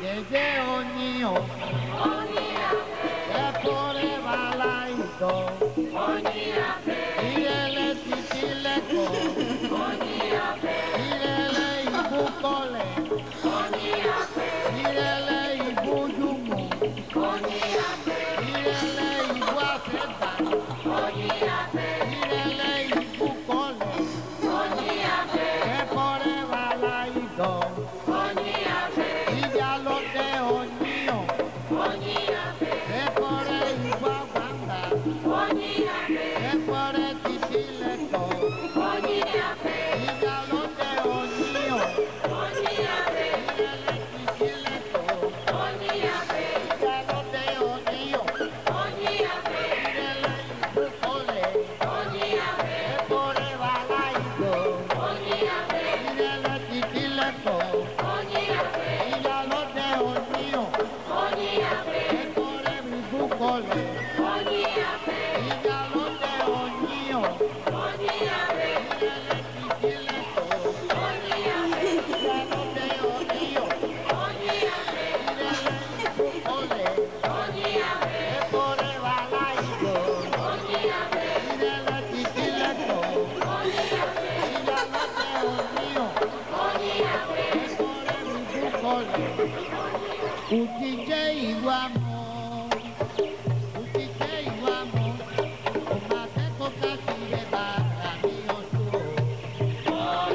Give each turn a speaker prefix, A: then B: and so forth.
A: Jẹ́jẹ́ oní o, ẹ kórè wá láìsọ. Ìrẹ̀lẹ̀ ti ti lẹ́kọ̀ọ́. Ìrẹ̀lẹ̀ ìbú kọlẹ̀. Ìrẹ̀lẹ̀ ìbú jùmọ̀. Ìrẹ̀lẹ̀ ìbú àfẹ́gbà. Ìrẹ̀lẹ̀ ìbú kọlẹ̀. Ẹ kórè wá láìsọ. Ìjà ló dé oníyàn. Ẹ kórè ìbú àgbàǹgbà. Ẹ kórè ti ti lẹ́kọ̀ọ́. Ìjà ló dé oníyàn. Òtítẹ́ ìwà mọ̀, òtítẹ́ ìwà mọ̀, ọmọ akẹ́kọ̀ọ́ káàkiri ẹ̀ bàrà ní ọjọ́ o.